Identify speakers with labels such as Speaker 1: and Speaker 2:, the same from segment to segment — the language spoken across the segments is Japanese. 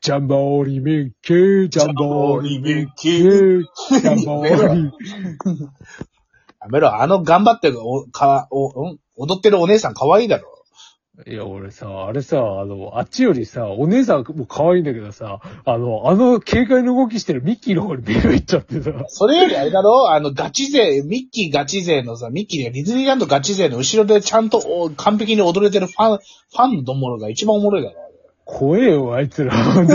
Speaker 1: ジャンボリミッキー、ジャンボリミッキー、ジャンボリ。
Speaker 2: やめろ、あの頑張ってるお、か、お、ん踊ってるお姉さん可愛いだろ。
Speaker 1: いや、俺さ、あれさ、あの、あっちよりさ、お姉さんも可愛いんだけどさ、あの、あの警戒の動きしてるミッキーの方にビビっちゃってさ。
Speaker 2: それよりあれだろあの、ガチ勢、ミッキーガチ勢のさ、ミッキーがディズニーランドガチ勢の後ろでちゃんとお完璧に踊れてるファン、ファンどもろが一番おもろいだろ。
Speaker 1: 怖えよ、あい つら。怖えよ。
Speaker 2: ミ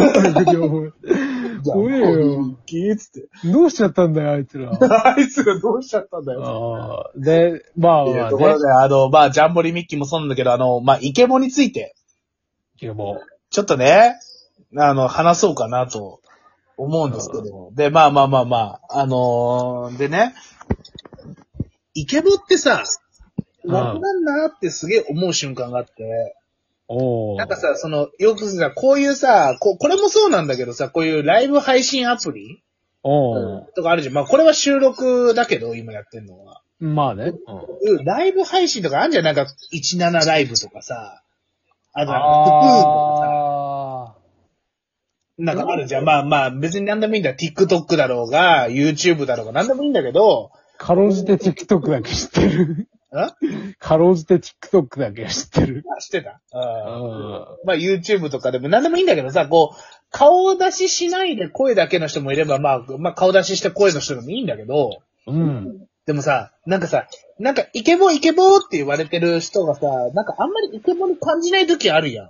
Speaker 2: ッキーっつって。
Speaker 1: どうしちゃったんだよ、あいつ ら。
Speaker 2: あいつがどうしちゃったんだよ。
Speaker 1: あーで、まあ
Speaker 2: ってい
Speaker 1: ま
Speaker 2: う
Speaker 1: あ
Speaker 2: ところ
Speaker 1: ね。
Speaker 2: で、あの、まあ、ジャンボリミッキーもそうなんだけど、あの、まあ、イケボについて、
Speaker 1: いや、も
Speaker 2: ちょっとね、あの、話そうかなと思うんですけども。で、まあまあまあまあ、あのーでね、イケボってさ、
Speaker 1: うん
Speaker 2: わかんなーってすげえ思う瞬間があって、
Speaker 1: う、おー
Speaker 2: なんかさ、その、よくさ、こういうさ、ここれもそうなんだけどさ、こういうライブ配信アプリ
Speaker 1: おー
Speaker 2: とかあるじゃん。まあ、これは収録だけど、今やってんのは。
Speaker 1: まあね。
Speaker 2: うんライブ配信とかあるじゃん。なんか、17ライブとかさ。あとなんか、プーとかさ。
Speaker 1: あ
Speaker 2: なんかあるじゃん。まあまあ、別に何でもいいんだ。TikTok だろうが、YouTube だろうが、何でもいいんだけど、
Speaker 1: ー。かろうじて TikTok だけ知ってる。
Speaker 2: んあ
Speaker 1: かろうじて TikTok だけ知ってる。
Speaker 2: 知ってた
Speaker 1: う
Speaker 2: うん。
Speaker 1: ん。
Speaker 2: まあ YouTube とかでも何でもいいんだけどさ、こう、顔出ししないで声だけの人もいれば、まあ、まあ顔出しして声の人でもいいんだけど、
Speaker 1: うん。
Speaker 2: でもさ、なんかさ、なんかイケボーイケボーって言われてる人がさ、なんかあんまりイケボーに感じない時あるやん。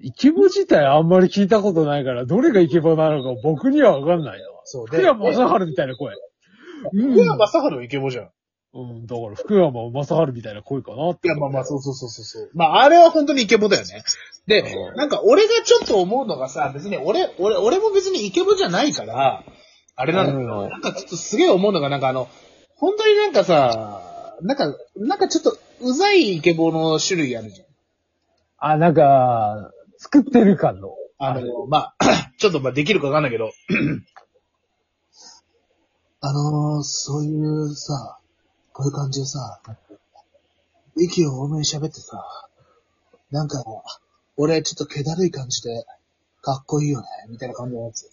Speaker 1: イケボ自体あんまり聞いたことないから、どれがイケボなのか僕にはわかんないよ。
Speaker 2: そう
Speaker 1: 福山雅治みたいな声。うん。
Speaker 2: 福山雅治はイケボじゃん。
Speaker 1: うん、だから福山雅治みたいな声かなって。
Speaker 2: いや、まあまあ、そうそうそうそうそう。まあ、あれは本当にイケボだよね。で
Speaker 1: う、ん
Speaker 2: なんか俺がちょっと思うのがさ、別に俺、俺、俺も別にイケボじゃないから、あれなんだけ
Speaker 1: う
Speaker 2: ど、
Speaker 1: ん
Speaker 2: なんかちょっとすげえ思うのが、なんかあの、本当になんかさ、なんか、なんかちょっとうざいイケボの種類あるじゃん。
Speaker 1: あ、なんか、作ってる感の。
Speaker 2: あの、まあ、 ちょっとまあできるかわかんないけど、 あのー、そういうさ、こういう感じでさ、息を多めに喋ってさ、なんか、俺ちょっと気だるい感じで、かっこいいよね、みたいな感じのやつ。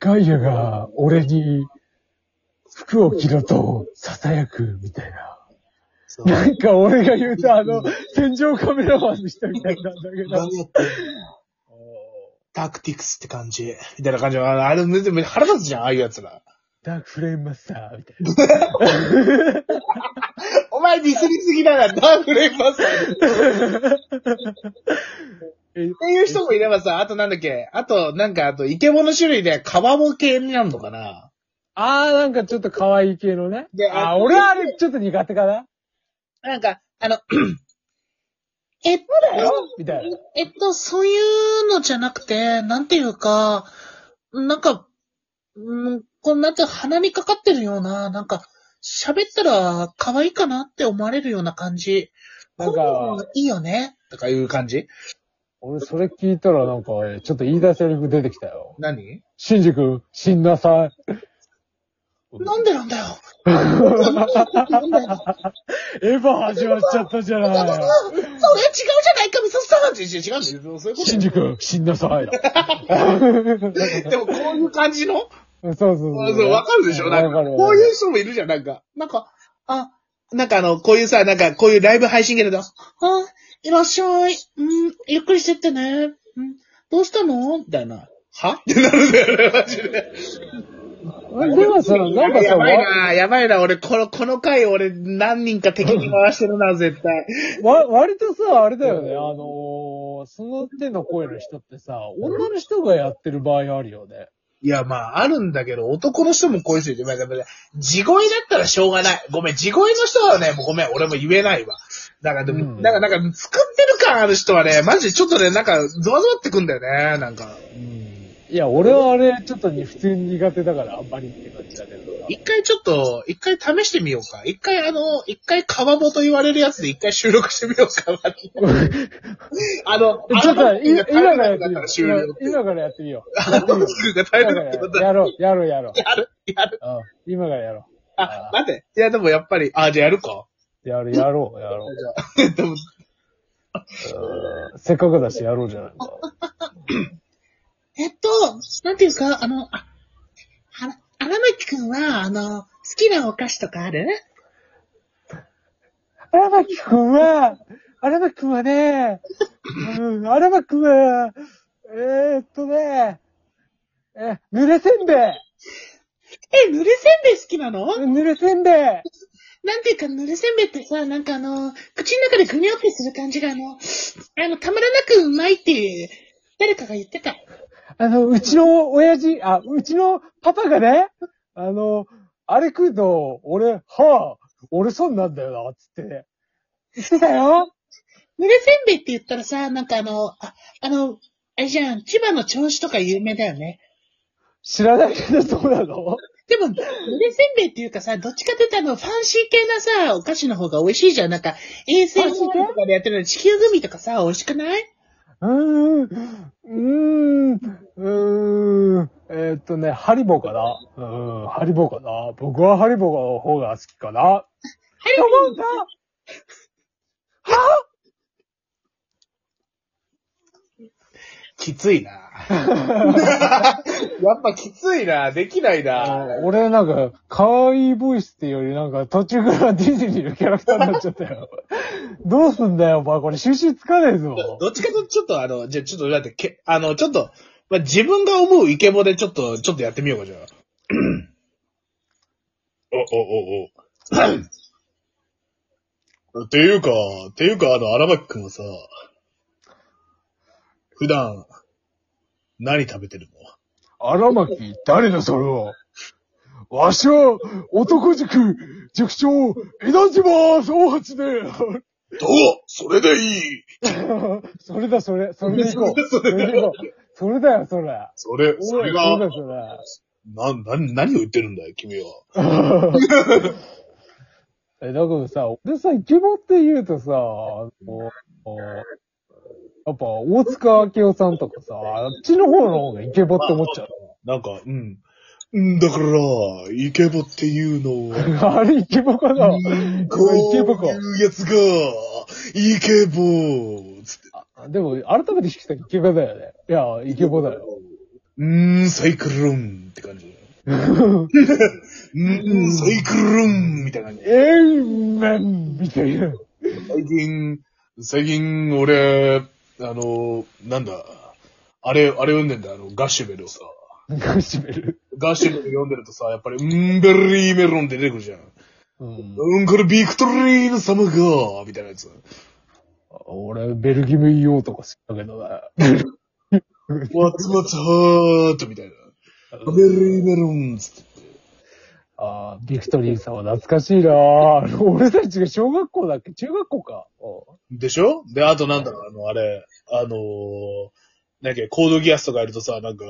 Speaker 1: ガイアが俺に服を着ろと囁くみたいな。
Speaker 2: そう。何
Speaker 1: なんか俺が言うとあの、戦場カメラマンの人みたいなんだけ
Speaker 2: や
Speaker 1: ど。
Speaker 2: ってんのタクティクスって感じ。みたいな感じの、あのあれ、めめ腹立つじゃん、ああいうやつら。
Speaker 1: ダークフレームマスターみたいな。
Speaker 2: お前ディスりすぎだな、ダークレイパーさん。
Speaker 1: え
Speaker 2: っていう人もいればさ、あとなんだっけ、あと、なんか、あと、イケボの種類で、カワボ系になるのかな
Speaker 1: あーなんかちょっと可愛い系のね
Speaker 2: で。
Speaker 1: あ
Speaker 2: あ
Speaker 1: ー俺はあれちょっと苦手かな。
Speaker 2: なんか、あの、 えっと
Speaker 1: みたいな。
Speaker 2: えっと、そういうのじゃなくて、なんていうか、なんか、うん、こうなんか鼻にかかってるような、なんか、喋ったら可愛いかなって思われるような感じ。
Speaker 1: なんか、
Speaker 2: いいよねとかいう感じ
Speaker 1: 俺それ聞いたらなんか、ちょっと言い出せる出てきたよ。
Speaker 2: 何
Speaker 1: シンジ君、死んなさい。
Speaker 2: なんでなんだよ。なんでなんだよ。
Speaker 1: エヴァ始まっちゃったじゃ
Speaker 2: それ違う
Speaker 1: ない。
Speaker 2: じゃないか、みそさん違う違う違う。そういうこと
Speaker 1: シンジ君、死んなさ いだ。
Speaker 2: でもこういう感じの
Speaker 1: そうそうそう。
Speaker 2: そうそう、わかるでしょなんか、こういう人もいるじゃん、なんか。なんか、あ、なんかあの、こういうさ、なんか、こういうライブ配信ゲームだ。あ、いらっしゃい。うん、ゆっくりしてってね。うん、どうしたのみたいな。は ってなるんだよね、マジで。
Speaker 1: う。でもその、なんかさ、
Speaker 2: やばい
Speaker 1: わ、
Speaker 2: な、やばいな、俺、この、この回、俺、何人か敵に回してるな、絶対。
Speaker 1: わ、割とさ、あれだよね、あのー、その手の声の人ってさ、女の人がやってる場合あるよね。
Speaker 2: いや、まあ、あるんだけど、男の人もこういう人いて、まあ、まあ地声だったらしょうがない。ごめん、地声の人はね、もうごめん、俺も言えないわ。だから、でも、
Speaker 1: うん
Speaker 2: なんか、なんか、作ってる感ある人はね、マジでちょっとね、なんか、ゾワゾワってくんだよね、なんか。
Speaker 1: いや、俺はあれ、ちょっとに普通に苦手だから、あんまりって感じだけどさ。
Speaker 2: 一回ちょっと、一回試してみようか。一回あの、一回カバボと言われるやつで一回収録してみようか。あの、
Speaker 1: ちょっと、い今
Speaker 2: あの
Speaker 1: からやって
Speaker 2: だった
Speaker 1: みよう
Speaker 2: ら終了。。
Speaker 1: 今からやってみよう。
Speaker 2: あの、 が大変
Speaker 1: 今か
Speaker 2: だ
Speaker 1: ら
Speaker 2: ったら
Speaker 1: やろう、やろう、やろう。
Speaker 2: やる、やる。
Speaker 1: うん、今からやろ
Speaker 2: あ、待って。いや、でもやっぱり、あ、じゃあやるか。
Speaker 1: う。やる、やろう、やろう。
Speaker 2: じゃあ、でも、
Speaker 1: うんせっかくだしやろうじゃないか。
Speaker 2: えっと、なんていうんですか、あの、あ、はら、荒牧くんは、あの、好きなお菓子とかある
Speaker 1: 荒牧くんは、荒牧くんはね、うん、荒牧くんは、えー、っとね、え、濡れせんべい
Speaker 2: え、濡れせんべい好きなの
Speaker 1: 濡れせんべい
Speaker 2: なんていうか、濡れせんべいってさ、なんかあの、口の中でグニョってする感じが、あの、あの、たまらなくうまいっていう、誰かが言ってた。
Speaker 1: あの、うちの親父、あ、うちのパパがね、あの、あれ食うと、俺、はぁ、俺損なんだよな、つってね。言ってたよ
Speaker 2: 濡れせんべいって言ったらさ、なんかあの、あ、あの、あれじゃん、千葉の銚子とか有名だよね。
Speaker 1: 知らないけど、そうなの
Speaker 2: でも、濡れせんべいっていうかさ、どっちかって言ったらあの、ファンシー系なさ、お菓子の方が美味しいじゃん。なんか、衛生保安とかでやってるのに地球グミとかさ、美味しくないう
Speaker 1: ーん、うーん、うーん、えーっとね、ハリボーかな。うーん、ハリボーかな。僕はハリボーの方が好きかな。
Speaker 2: ハリボー
Speaker 1: 思うかは
Speaker 2: きついな やっぱきついなできない
Speaker 1: あー俺なんか、可愛いボイスっていうよりなんか途中からディズニーのキャラクターになっちゃったよ。どうすんだよ、お前。これ収集つかねえぞ。
Speaker 2: どっちかとちょっとあの、じゃあちょっとだって、けあの、ちょっと、まあ、自分が思うイケボでちょっと、ちょっとやってみようか、じゃあ。お、お、お、お。っていうか、っていうか、あの、荒牧くんはさ、普段、何食べてるの
Speaker 1: 荒牧、誰だそれは。わしは、男塾、塾長、枝島総八で。
Speaker 2: どうそれでいい
Speaker 1: それだ、それ。それでいこう。
Speaker 2: そ
Speaker 1: そ
Speaker 2: れ
Speaker 1: れ
Speaker 2: だ
Speaker 1: でいこう。それだよ、それ。
Speaker 2: それ、
Speaker 1: おい
Speaker 2: それ
Speaker 1: それ
Speaker 2: が
Speaker 1: だ、、それ。
Speaker 2: な、な、何を言ってるんだよ、君は。
Speaker 1: え、だけどさ、俺さ、イケボって言うとさ、あの、やっぱ、大塚明夫さんとかさ、あっちの方の方がイケボって思っちゃう。
Speaker 2: なんか、うん。うんだから、イケボっていうのは、
Speaker 1: あれイケボかな
Speaker 2: こう
Speaker 1: イケボか。
Speaker 2: いうやつが、イケボつって。
Speaker 1: でも、改めて聞くとイケボだよね。いや、イケボだよ。
Speaker 2: うーん、サイクロンって感じ。うん、サイクロンみたいな感じ。
Speaker 1: えいめんみたいな。
Speaker 2: 最近、最近、俺、あの、なんだ、あれ、あれ読んでんだ、あの、ガッシュベルをさ。
Speaker 1: 閉める。
Speaker 2: ガッシュベル読んでるとさ、やっぱり、うんベリーメロンって出てくるじゃん。
Speaker 1: うん、
Speaker 2: うん、これビクトリーヌ様が、みたいなやつ。
Speaker 1: 俺、ベルギムイオとか好きだけどね。
Speaker 2: ワツワツハートみたいな。メルイメロンつって。
Speaker 1: ああ、ビクトリーさんは懐かしいなあ俺たちが小学校だっけ中学校か。
Speaker 2: でしょで、あとなんだろう、あの、あれ、あのー、なんかコードギアスとかやるとさ、なんか、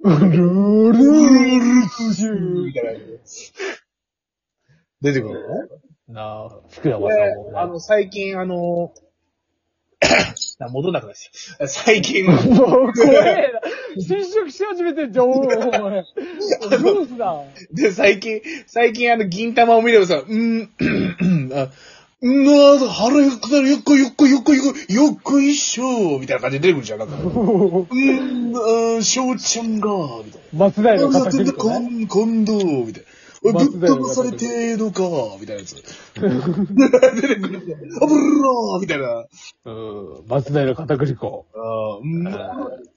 Speaker 1: うん。ルール
Speaker 2: う
Speaker 1: ー
Speaker 2: ーる
Speaker 1: ツジ
Speaker 2: みたいなやつ。出てくるのね。
Speaker 1: なあ、福山
Speaker 2: こ
Speaker 1: さ
Speaker 2: れ
Speaker 1: んも、
Speaker 2: あの、最近、あのー、な、戻んなくなっちゃう。最近、
Speaker 1: もう怖えな。侵食し始めてんじゃん、おいお前。どうすな。
Speaker 2: で、最近、最近あの、銀玉を見ればさ、うん、あ、うん、あ腹よくなる、よっこよっこよっこよっこ、よっこいしょみたいな感じで出てくるじゃん、なんか。うん、うん、しょうちゃんが、みたい
Speaker 1: 松平の
Speaker 2: な。
Speaker 1: 片栗粉
Speaker 2: こ
Speaker 1: ね。
Speaker 2: ん、今度、みたいな。おい、ぶっ
Speaker 1: 松
Speaker 2: 飛
Speaker 1: 平の
Speaker 2: ば
Speaker 1: 片
Speaker 2: され
Speaker 1: 栗粉
Speaker 2: てーのか、みたいなやつ。 出てくるじゃん。あぶらーみたいな。
Speaker 1: うん、松平の片栗粉。
Speaker 2: あーうん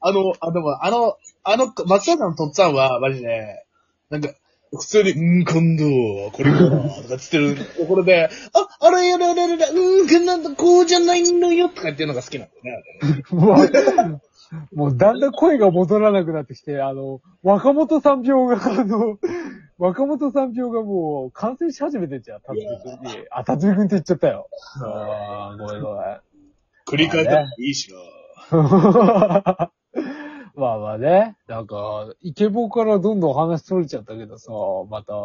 Speaker 2: あの、あ、でも、あの、あの、松坂のとっつぁんは、マジで、なんか、普通に、うん、今度、これか、とかつって るところで、あ、あれあれあれあれ、うん、こんなんだ、こうじゃないのよ、とかっていうのが好きなんだよね。
Speaker 1: もう、もうだんだん声が戻らなくなってきて、あの、若本さん病が、あの、若本さん病がもう感染し始めてんじゃん、達人君に。あ、達人君って言っちゃったよ。ああ、ごめんごめん。
Speaker 2: 繰り返したっていいしな。
Speaker 1: まあ まあね、なんか、イケボからどんどん話取れちゃったけどさ、また、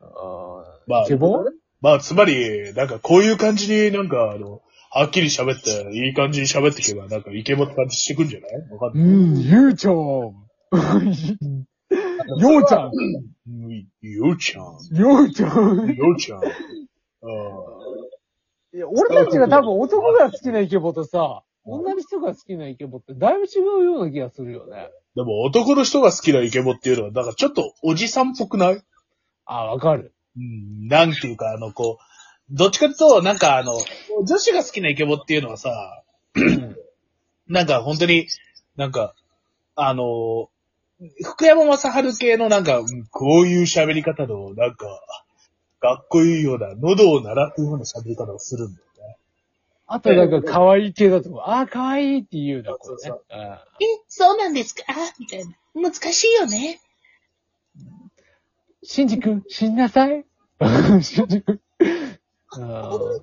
Speaker 1: あ
Speaker 2: まあ
Speaker 1: イケボ
Speaker 2: まあ、つまり、なんか、こういう感じになんか、あの、はっきり喋って、いい感じに喋っていけば、なんか、イケボって感じしてくんじゃないわか
Speaker 1: うん
Speaker 2: ない。
Speaker 1: ん、ゆうちゃん。 ようちゃ
Speaker 2: う
Speaker 1: ん。
Speaker 2: んようちゃん。
Speaker 1: ようちゃん。
Speaker 2: ようちゃん。ああ。
Speaker 1: いや、俺たちが多分男が好きなイケボとさ、女の人が好きなイケボってだいぶ違うような気がするよね。
Speaker 2: でも男の人が好きなイケボっていうのは、なんかちょっとおじさんっぽくない
Speaker 1: あ、わ かる。
Speaker 2: うん、なんていうか、あの、こう、どっちかというと、なんかあの、女子が好きなイケボっていうのはさ、なんか本当に、なんか、あの、福山雅治系のなんか、うんこういう喋り方の、なんか、かっこいいような、喉を鳴らすような喋り方をするんだよね。
Speaker 1: あとなんか可愛い系だと思う。あー、可愛いって言うような子ね。
Speaker 2: そう
Speaker 1: ね。
Speaker 2: え、そうなんですかみたいな。難しいよね。
Speaker 1: シンジ君、死んなさい。 シンジ君。うん
Speaker 2: あゆみをなんで、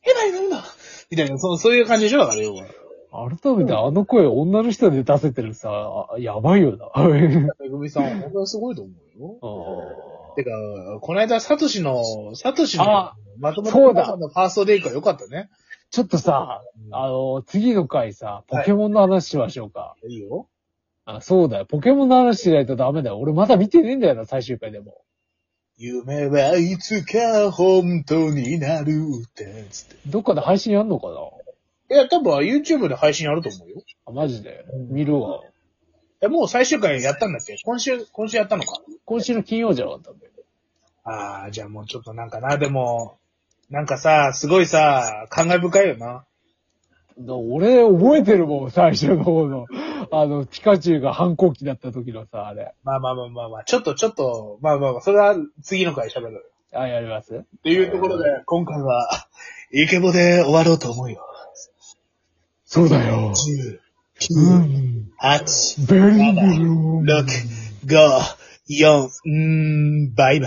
Speaker 2: ヘバに飲むのみたいな、そそういう感じでしょだから、要は。
Speaker 1: 改めてあの声女の人で出せてるさ、あやばいよな。 うん
Speaker 2: めぐみさん、本当はすごいと思うよ。てか、この間、サトシの、サトシの
Speaker 1: あ、
Speaker 2: まとも
Speaker 1: そうだ
Speaker 2: さんのファーストデイクは良かったね。
Speaker 1: ちょっとさ、あの、次の回さ、ポケモンの話しましょうか。
Speaker 2: いいよ。
Speaker 1: あ、そうだよ。ポケモンの話しないとダメだよ。俺まだ見てねえんだよな、最終回でも。
Speaker 2: 夢はいつか本当になるって、つって。
Speaker 1: どっかで配信やんのかない
Speaker 2: や、多分 YouTube で配信あると思うよ。
Speaker 1: あ、マジで。見るわ。
Speaker 2: え、もう最終回やったんだっけ今週、今週やったのか。
Speaker 1: 今週の金曜じゃなかったんだよ。
Speaker 2: ああ、じゃあもうちょっとなんかな、でも、なんかさ、すごいさ、感慨深いよな。
Speaker 1: だ俺、覚えてるもん、最初の方の。あの、ピカチュウが反抗期だった時のさ、あれ。
Speaker 2: まあまあまあまあまあ、ちょっとちょっと、まあまあまあ、それは次の回喋る。
Speaker 1: あ、やります
Speaker 2: っていうところで、今回は、イケボで終わろうと思うよ。
Speaker 1: そうだよ。
Speaker 2: 10、
Speaker 1: うん。
Speaker 2: 8、
Speaker 1: ベリ
Speaker 2: 7、
Speaker 1: ー
Speaker 2: 6、5、4、うーん、バイバイ。